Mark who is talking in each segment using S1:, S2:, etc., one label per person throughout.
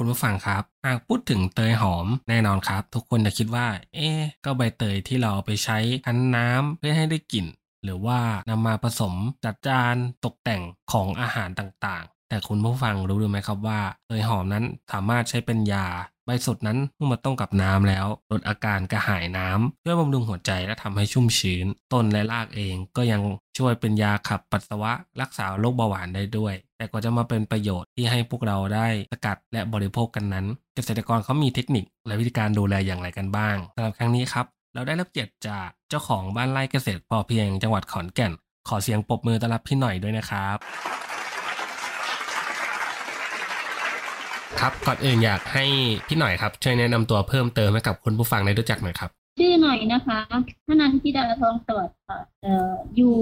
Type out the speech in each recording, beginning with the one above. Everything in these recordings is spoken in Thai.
S1: คุณผู้ฟังครับหากพูดถึงเตยหอมแน่นอนครับ ทุกคนจะคิดว่า เอ๊ะก็ใบเตยที่เราเอาไปใช้คั้นน้ำเพื่อให้ได้กลิ่น หรือว่านำมาผสมจัดจานตกแต่งของอาหารต่างๆ แต่คุณผู้ฟังรู้หรือไหมครับว่าเตยหอมนั้นสามารถใช้เป็นยา ใบสดนั้นเมื่อมาต้มกับน้ำแล้วลดอาการกระหายน้ำช่วยบำรุงหัวใจและทำให้ชุ่มชื้น ต้นและรากเองก็ยังช่วยเป็นยาขับปัสสาวะ รักษาโรคเบาหวานได้ด้วย แต่กว่าจะมาเป็นประโยชน์ที่ให้พวกเราได้สกัดและบริโภคกันนั้น เกษตรกรเขามีเทคนิคและวิธีการดูแลอย่างไรกันบ้างสำหรับครั้งนี้ครับ เราได้รับเกียรติจากเจ้าของบ้านไร่เกษตรพอเพียงจังหวัดขอนแก่น ขอเสียงปรบมือต้อนรับพี่หน่อยด้วยนะครับ ครับก่อนอื่นอยากให้พี่หน่อยครับช่วยแนะนำตัวเพิ่มเติมให้กับคุณผู้ฟังได้รู้จักหน่อยครับ
S2: ชื่อหน่อยนะคะธนันทิดาทองสวัสดิ์ค่ะเอ่ออยู่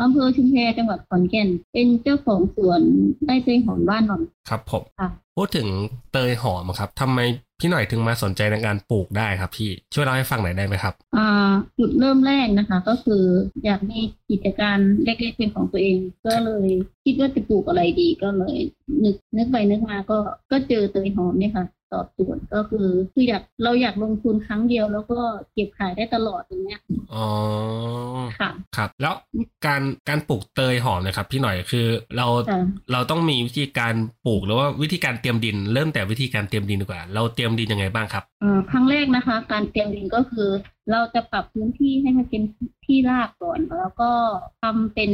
S2: อำเภอชุมแพจังหวัดขอนแก่น เป็นเจ้าของสวนไร่เตยหอมบ้านหม่อม
S1: ครับผม
S2: ค่ะ
S1: พูดถึงเตยหอมครับทำไมพี่หน่อยถึงมาสนใจในการปลูกได้ครับพี่ช่วยเล่าให้ฟังหน่อยได้ไหมครับ
S2: อ่าจุดเริ่มแรกนะคะ ก็คืออยากมีกิจการเล็กๆเป็นของตัวเอง ก็เลยคิดว่าจะปลูกอะไรดีก็เลย นึกนึกไปนึกมาก็ก็เจอเตยหอมเนี่ยค่ะตอบโจทย์ก็คือคืออยากเราอยากลงทุนครั้งเดียว แล้วก็เก็บขายได้ตลอดอย่างเงี้ย
S1: อ๋อ
S2: ค่ะ
S1: ครับ แล้วการการปลูกเตยหอมเนะครับพี่หน่อยคือเรา
S2: แต่
S1: เราต้องมีวิธีการปลูกหรือว่าวิธีการเตรียมดิน เริ่มแต่วิธีการเตรียมดินดีกว่า เราเตรียมดินยังไงบ้างครับ
S2: เอ่อครั้งแรกนะคะ การเตรียมดินก็คือ เราจะปรับพื้นที่ให้มันเป็นที่ราบก่อน แล้วก็ทำเป็น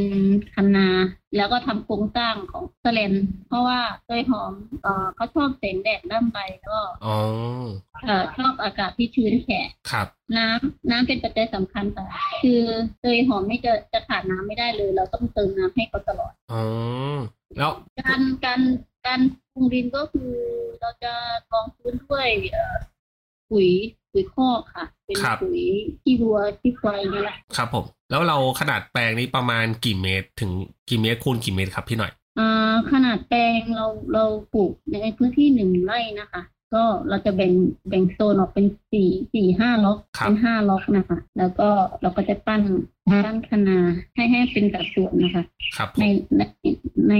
S2: คันนา แล้วก็ทำโครงสร้างของสแลนเพราะว่าเตยหอมเอ่อเขาชอบแสงแดดร่ำไปก็
S1: อ๋อ
S2: เอ่อชอบอากาศที่ชื้นแฉะ
S1: ครับ
S2: น้ำน้ำเป็นปัจจัยสำคัญค่ะคือเตยหอมไม่จะจะขาดน้ำไม่ได้เลย เราต้องเติมน้ำให้เขาตลอด
S1: อ๋อ แล้ว
S2: การการการปรุงดินก็คือเราจะกรองพื้นด้วยเอ่อปุ๋ยปุ๋ยคอกค่ะ เป็น
S1: ครับ
S2: ปุ๋ยที่วัวที่ควายนี่แหละ
S1: ครับผม แล้วเราขนาดแปลงนี้ประมาณกี่เมตร ถึงกี่เมตรคูณกี่เมตรครับพี่หน่อย
S2: อ่าขนาดแปลงเราเราปลูกในพื้นที่หนึ่งไร่นะคะ ก็เราจะแบ่งแบ่งโซนออกเป็นสี่สี่ห้าล็อก
S1: ครับ
S2: เป็นห้าล็อกนะคะ แล้วก็เราก็จะปั้นปั้นคณาให้ให้เป็นสัดส่วนนะคะ
S1: ครับผ
S2: ใน
S1: ม
S2: ในใน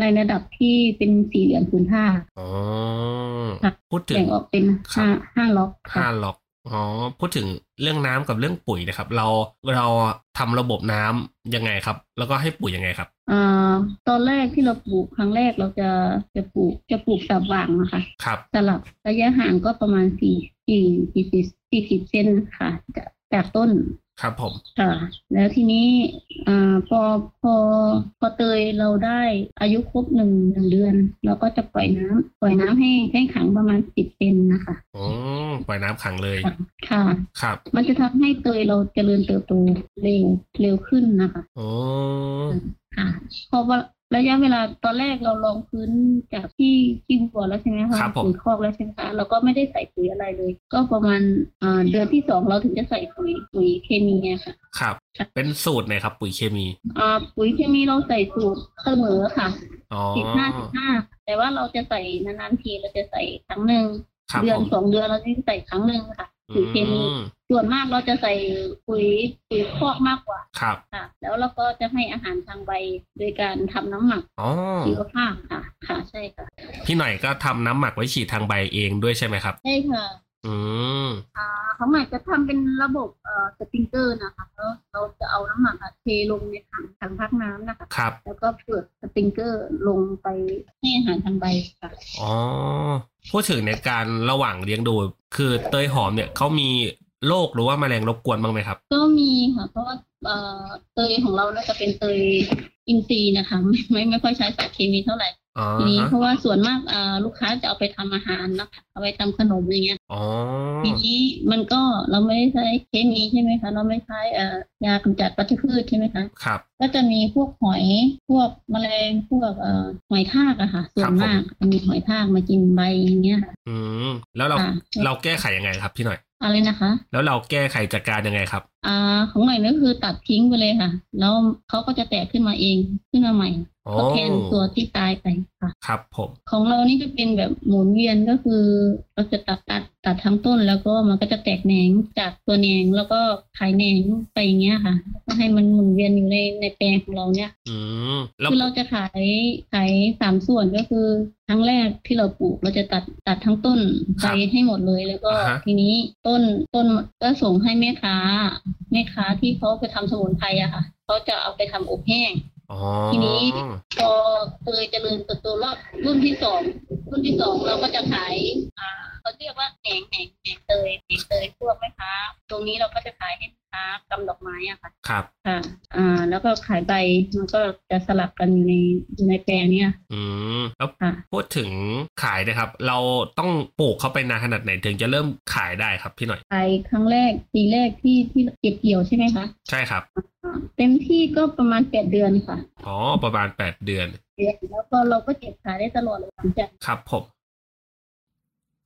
S2: ในระดับที่เป็นสี่เหลี่ยมผืนผ้า
S1: อ๋อ
S2: ค่ะ
S1: พูดถึง
S2: แบ่งออกเป็น
S1: ครับ
S2: ห้าห้าล็อกค่ะ
S1: ห้าล็อก อ๋อ พูดถึงเรื่องน้ำกับเรื่องปุ๋ยนะครับ เราเราทำระบบน้ำยังไงครับ แล้วก็ให้ปุ๋ยยังไงครับ
S2: อ่าตอนแรกที่เราปลูกครั้งแรกเราจะจะปลูกจะปลูกสับหว่างนะคะ
S1: ครับ
S2: สลับระยะห่างก็ประมาณสี่สี่สี่สิบสี่สิบเซนค่ะจากจากต้น
S1: ครับผม
S2: ค่ะ แล้วทีนี้อ่าพอพอพอเตยเราได้อายุครบหนึ่งหนึ่งเดือน เราก็จะปล่อยน้ำปล่อยน้ำให้ให้ขังประมาณสิบเซนนะคะ
S1: อ๋อ ปล่อยน้ำขังเลย
S2: ค่ะ ค่ะ
S1: ครับ
S2: มันจะทำให้เตยเราเจริญเติบโตเร็วเร็วขึ้นนะคะ
S1: อ๋อ
S2: ค่ะเพราะว่าระยะเวลาตอนแรกเราลองพื้นจากที่ที่บัวแล้วใช่ไหมคะ
S1: ครับผม
S2: ปุ๋ยคอกแล้วใช่ไหมคะเราก็ไม่ได้ใส่ปุ๋ยอะไรเลย ก็ประมาณอ่าเดือนที่สองเราถึงจะใส่ปุ๋ยปุ๋ยเคมีอะค่ะ
S1: ครับ เป็นสูตรไหนครับ ปุ๋ยเคมี
S2: อ่าปุ๋ยเคมีเราใส่สูตรเสมอค่ะ
S1: อ๋อ
S2: สิบห้าสิบห้าแต่ว่าเราจะใส่นานๆทีเราจะใส่ครั้งหนึ่ง
S1: ครับ
S2: เดื
S1: ผ
S2: อน
S1: ม
S2: สองเดือนเราจะใส่ครั้งหนึ่งค่ะ
S1: อื
S2: ปุ๋ยเคมี
S1: ม
S2: ส่วนมากเราจะใส่ปุ๋ยปุ๋ยคอกมากกว่า
S1: ครับ
S2: ค่ะ แล้วเราก็จะให้อาหารทางใบโดยการทำน้ำหมัก
S1: อ๋อ
S2: ชีวภาพค่ะ ค่ะ ใช่ค่ะ
S1: พี่หน่อยก็ทำน้ำหมักไว้ฉีดทางใบเองด้วยใช่ไหมครับ
S2: ใช่ค่ะ
S1: อืม
S2: อ่าของใหม่จะทำเป็นระบบเอ่อสปริงเกอร์นะคะแล้วเราจะเอาน้ำหมักอะเทลงในถังถังพักน้ำนะคะ
S1: ครับ
S2: แล้วก็เปิดสปริงเกอร์ลงไปให้อาหารทางใบค่ะ
S1: อ๋อ พูดถึงในการระหว่างเลี้ยงดู คือเตยหอมเนี่ยเขามี โรคหรือว่าแมลงรบกวนบ้างไหมครับ
S2: ก็มีค่ะ เพราะว่าเอ่อเตยของเราน่าจะเป็นเตยอินทรีย์นะคะ ไม่ไม่ไม่ค่อยใช้สารเคมีเท่าไหร่
S1: อ๋อ
S2: ทีนี้
S1: ฮะ
S2: เพราะว่าส่วนมากเอ่อลูกค้าจะเอาไปทำอาหารนะคะเอาไปทำขนมอย่างเงี้ย
S1: อ๋อ
S2: ทีนี้มันก็เราไม่ได้ใช้เคมีใช่ไหมคะเราไม่ใช้เอ่อยากำจัดวัชพืชใช่ไหมคะ
S1: ครับ
S2: ก็จะมีพวกหอยพวกแมลงพวกเอ่อหอยทากอะค่ะ ส่วนมากจะมีหอยทากมากินใบอย่างเงี้ยค่ะ
S1: อืม แล้วเรา
S2: ค่ะ
S1: เราแก้ไขยังไงครับพี่หน่อย
S2: อะไรนะคะ
S1: แล้วเราแก้ไขจัดการยังไงครับ
S2: อ่าของใหม่ก็คือตัดทิ้งไปเลยค่ะ แล้วเขาก็จะแตกขึ้นมาเองขึ้นมาใหม่
S1: อ๋อ
S2: ก็แทนตัวที่ตายไปค่ะ
S1: ครับผม
S2: ของเรานี่จะเป็นแบบหมุนเวียนก็คือเราจะตัดตัดตัดทั้งต้นแล้วก็มันก็จะแตกแหนงจากตัวแหนงแล้วก็ขายแหนงไปอย่างเงี้ยค่ะแล้วก็ให้มันหมุนเวียนอยู่ในในแปลงของเราเนี่ย
S1: อืมแล้ว
S2: คือเราจะขายขายสามส่วนก็คือครั้งแรกที่เราปลูกเราจะตัดตัดทั้งต้นไปให้หมดเลยแล้วก็
S1: อ่าฮะ
S2: ทีนี้ต้นต้นก็ส่งให้แม่ค้าแม่ค้าที่เขาไปทำสมุนไพรอะค่ะเขาจะเอาไปทำอบแห้ง
S1: อ๋อ
S2: ทีนี้ พอเตยเจริญเติบโตรอบรุ่นที่สองรุ่นที่สองเราก็จะขายอ่าเขาเรียกว่าแหนงแหนงแหนงเตยแหนงเตยพวกแม่ค้าตรงนี้เราก็จะขายให้แม่ค้ากำดอกไม้อะค่ะ
S1: ครับ
S2: ค่ะ อ่า แล้วก็ขายใบ มันก็จะสลับกันอยู่ในอยู่ในแปลงเนี่ย
S1: อืม แล้ว
S2: ค่ะ
S1: พูดถึงขายนะครับ เราต้องปลูกเข้าไปนานขนาดไหนถึงจะเริ่มขายได้ครับพี่หน่อย
S2: ขายครั้งแรกปีแรกที่ที่เก็บเกี่ยวใช่ไหมคะ
S1: ใช่ครับ
S2: อ่าเต็มที่ก็ประมาณแปดเดือนค่ะ
S1: อ๋อ ประมาณแปดเดือน
S2: เดือนแล้วก็เราก็เก็บขายได้ตลอดเลยหลังจาก
S1: ครับผม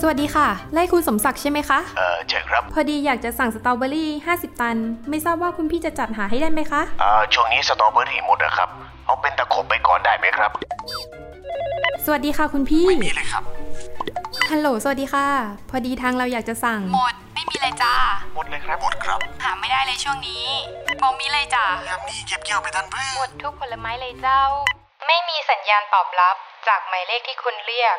S3: สวัสดีค่ะไล่คุณสมศักดิ์ใช่ไหมคะ
S4: เออเจอครับ
S3: พอดีอยากจะสั่งสตรอเบอรี่ 50 ตัน ไม่ทราบว่าคุณพี่จะจัดหาให้ได้ไหมคะ
S4: อ่า ช่วงนี้สตรอเบอรี่หมดนะครับ เอาเป็นตะขบไปก่อนได้ไหมครับ
S3: สวัสดีค่ะคุณพี่
S4: ไม่มีเลยครับ
S3: ฮัลโหล สวัสดีค่ะ พอดีทางเราอยากจะสั่ง
S5: หมด ไม่มีเลยจ้า
S4: หมดเลยครับ หมดครับ
S5: หาไม่ได้เลยช่วงนี้บอกมีเลยจ้าย
S4: ามนี้เก็บเกี่ยวไปทันเพื่
S5: หมดทุกผลไม้เลยเจ้า ไม่มีสัญญาณตอบรับ จากหมายเลขที่คุณเรียก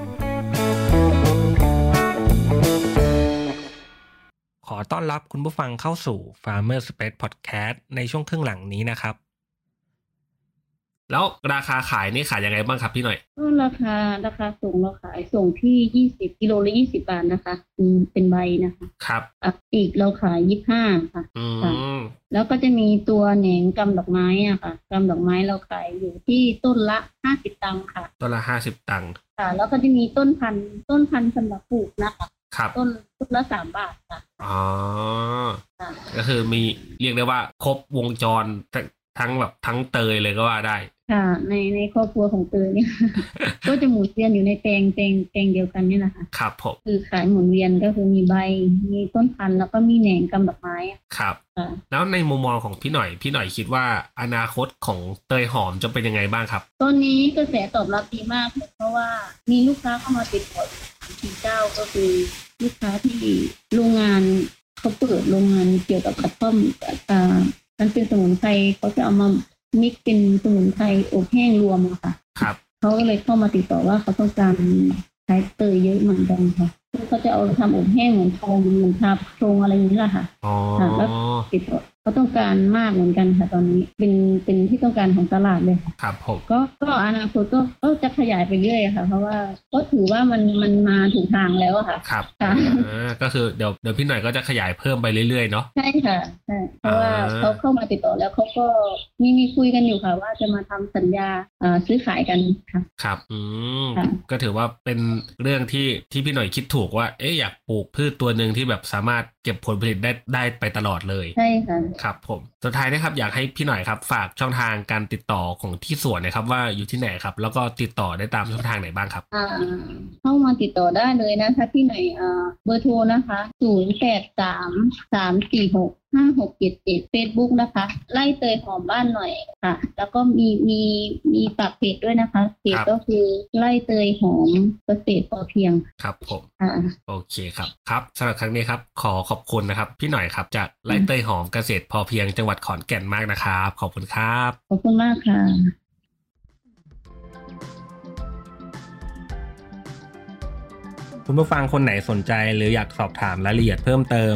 S1: ขอต้อนรับคุณผู้ฟังเข้าสู่ Farmer Space Podcast ในช่วงครึ่งหลังนี้นะครับ แล้วราคาขายนี่ขายยังไงบ้างครับพี่หน่อย
S2: ก็ราคาราคาส่งเราขายส่งที่ยี่สิบกิโลละยี่สิบบาทนะคะอืมเป็นใบนะคะ
S1: ครับ
S2: อ่ะอีกเราขายยี่ห้าค่ะ
S1: อืม
S2: แล้วก็จะมีตัวแหนงกำดอกไม้อะค่ะกำดอกไม้เราขายอยู่ที่ต้นละห้าสิบตังค์ค่ะ
S1: ต้นละห้าสิบตังค์
S2: ค่ะ แล้วก็จะมีต้นพันธุ์ต้นพันธุ์สำหรับปลูกนะคะ
S1: ครับ
S2: ต้นต้นละสามบาทค่ะ
S1: อ๋อ
S2: ค่ะ
S1: ก็คือมีเรียกได้ว่าครบวงจรทั้งทั้งแบบทั้งเตยเลยก็ว่าได้
S2: ค่ะ ในในครอบครัวของเตย เนี่ย ก็จะหมุนเวียนอยู่ในแปลงแปลงแปลงเดียวกันเนี่ยแหละค่ะ
S1: ครับผม
S2: คือขายหมุนเวียนก็คือมีใบ มีต้นพันธุ์แล้วก็มีแหนงกำดอกไม้อะ
S1: ครับ
S2: ค่ะ
S1: แล้วในมุมมองของพี่หน่อย พี่หน่อยคิดว่าอนาคตของเตยหอมจะเป็นยังไงบ้างครับ
S2: ต้นนี้กระแสตอบรับดีมากเลยเพราะว่ามีลูกค้าเข้ามาติดต่อสามสี่เจ้าก็คือ ลูกค้าที่โรงงานเขาเปิดโรงงานเกี่ยวกับกระท่อมอ่ามันเป็นสมุนไพรเขาจะเอามามิกซ์เป็นสมุนไพรอบแห้งรวมอะค่ะ
S1: ครับ
S2: เขาก็เลยเข้ามาติดต่อว่าเขาต้องการใช้เตยเยอะเหมือนกันค่ะซึ่งเขาจะเอาทำอบแห้งเหมือนทองเหมือนทาโครงอะไรอย่างนี้แหละค่ะ
S1: อ๋อ
S2: ค่ะแล้ว ติดต่อเขาต้องการมากเหมือนกันค่ะ ตอนนี้เป็นเป็นที่ต้องการของตลาดเลยค่ะ
S1: ครับผม
S2: ก็ก็อนาคตก็ก็จะขยายไปเรื่อยค่ะ เพราะว่าก็ถือว่ามันมันมาถูกทางแล้วอะค่ะ
S1: ครับ
S2: ค่ะ
S1: อ่าก็คือเดี๋ยวเดี๋ยวพี่หน่อยก็จะขยายเพิ่มไปเรื่อยๆเนาะ
S2: ใช่ค่ะใช่เพราะว่า
S1: อ่า
S2: เขาเข้ามาติดต่อแล้วเขาก็มีมีคุยกันอยู่ค่ะ ว่าจะมาทำสัญญาเอ่อซื้อขายกันค่ะ
S1: ครับ อืม
S2: ค่ะ
S1: ก็ถือว่าเป็นเรื่องที่ที่พี่หน่อยคิดถูก ถูกว่า เอ๊ะอยากปลูกพืชตัวหนึ่งที่แบบสามารถเก็บผลผลิตได้ได้ไปตลอดเลย
S2: ใช่ค่ะ
S1: ครับผม สุดท้ายนะครับอยากให้พี่หน่อยครับ ฝากช่องทางการติดต่อของที่สวนนะครับ ว่าอยู่ที่ไหนครับ แล้วก็ติดต่อได้ตามช่องทางไหนบ้างครับ
S2: อ่าเข้ามาติดต่อได้เลยนะคะที่ไหนอ่าเบอร์โทรนะคะศูนย์แปดสามสามสี่หกห้าหกเจ็ดเจ็ดเฟซบุ๊กนะคะ ไล่เตยหอมบ้านหน่อยค่ะ แล้วก็มีมีมีฝากเพจด้วยนะคะเพจ
S1: ครับ
S2: ก็คือไล่เตยหอมเกษตรพอเพียง
S1: ครับผม
S2: ค่ะ
S1: โอเคครับครับสำหรับครั้งนี้ครับ ขอขอบคุณนะครับ พี่หน่อยครับจากไร่เตยหอมเกษตรพอเพียงจังหวัดขอนแก่นมากนะครับ ขอบคุณครับ
S2: ขอบคุณมากค่ะ
S1: คุณผู้ฟังคนไหนสนใจหรืออยากสอบถามรายละเอียดเพิ่มเติม